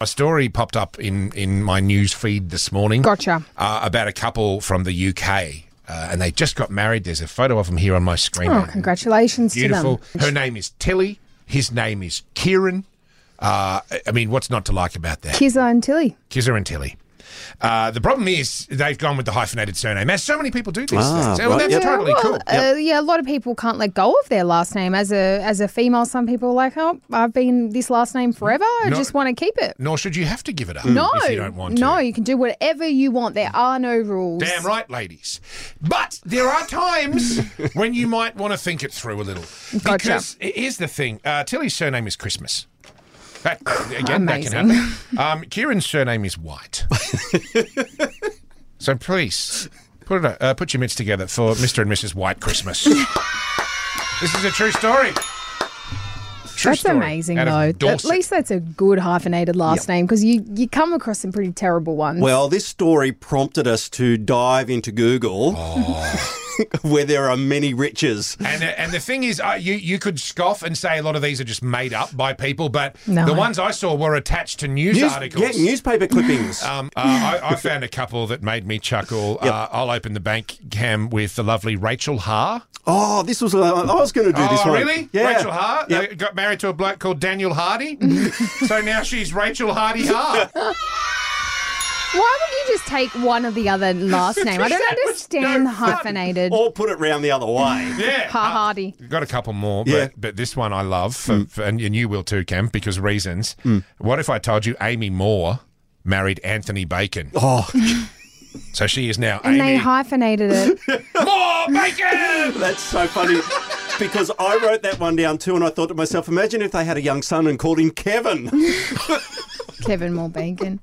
a story popped up in, in my news feed this morning. Gotcha. Uh, about a couple from the UK. Uh, and they just got married. There's a photo of them here on my screen. Oh, congratulations Beautiful. to them. Her name is Tilly. His name is Kieran. Uh, I mean, what's not to like about that? Kizza and Tilly. Kizzer and Tilly. Uh, the problem is they've gone with the hyphenated surname, as so many people do these Ah, things. So right, that's yep. totally well, cool. Uh, yeah, a lot of people can't let go of their last name. As a as a female, some people are like, oh, I've been this last name forever. I No. just want to keep it. Nor should you have to give it up No, if you don't want to. no, you can do whatever you want. There are no rules. Damn right, ladies. But there are times when you might want to think it through a little. Gotcha. Because here's the thing uh, Tilly's surname is Christmas. That, again, that can Amazing. happen. Um, Kieran's surname is White. so please, put, it, uh, put your mitts together for Mr. and Mrs. White Christmas. this is a true story. True That's story. amazing, Out of though. At Dorset. least that's a good hyphenated last Yep. name because you, you come across some pretty terrible ones. Well, this story prompted us to dive into Google, Oh. where there are many riches. And the, and the thing is, uh, you you could scoff and say a lot of these are just made up by people, but No. the ones I saw were attached to news, News- articles. yeah, newspaper clippings. Um, uh, I, I found a couple that made me chuckle. Uh, I'll open the bank cam with the lovely Rachel Haar. oh, this was. Uh, I was going to do oh, this one. really? Yeah. Rachel Haar Yep. Uh, got married to a bloke called Daniel Hardy, so now she's Rachel Hardy Haar. Why would you just take one of the other last name? I don't That was understand no fun. hyphenated. Or put it round the other way. Yeah. Ha hardy. Got a couple more, Yeah. Mm. but, but this one I love, for, for, and, and you will too, Cam, because reasons. What if I told you Amy Moore married Anthony Bacon? Oh, So she is now And they Amy hyphenated it. Moore Bacon! that's so funny. Because I wrote that one down too, and I thought to myself, imagine if they had a young son and called him Kevin. Kevin Moore Bacon.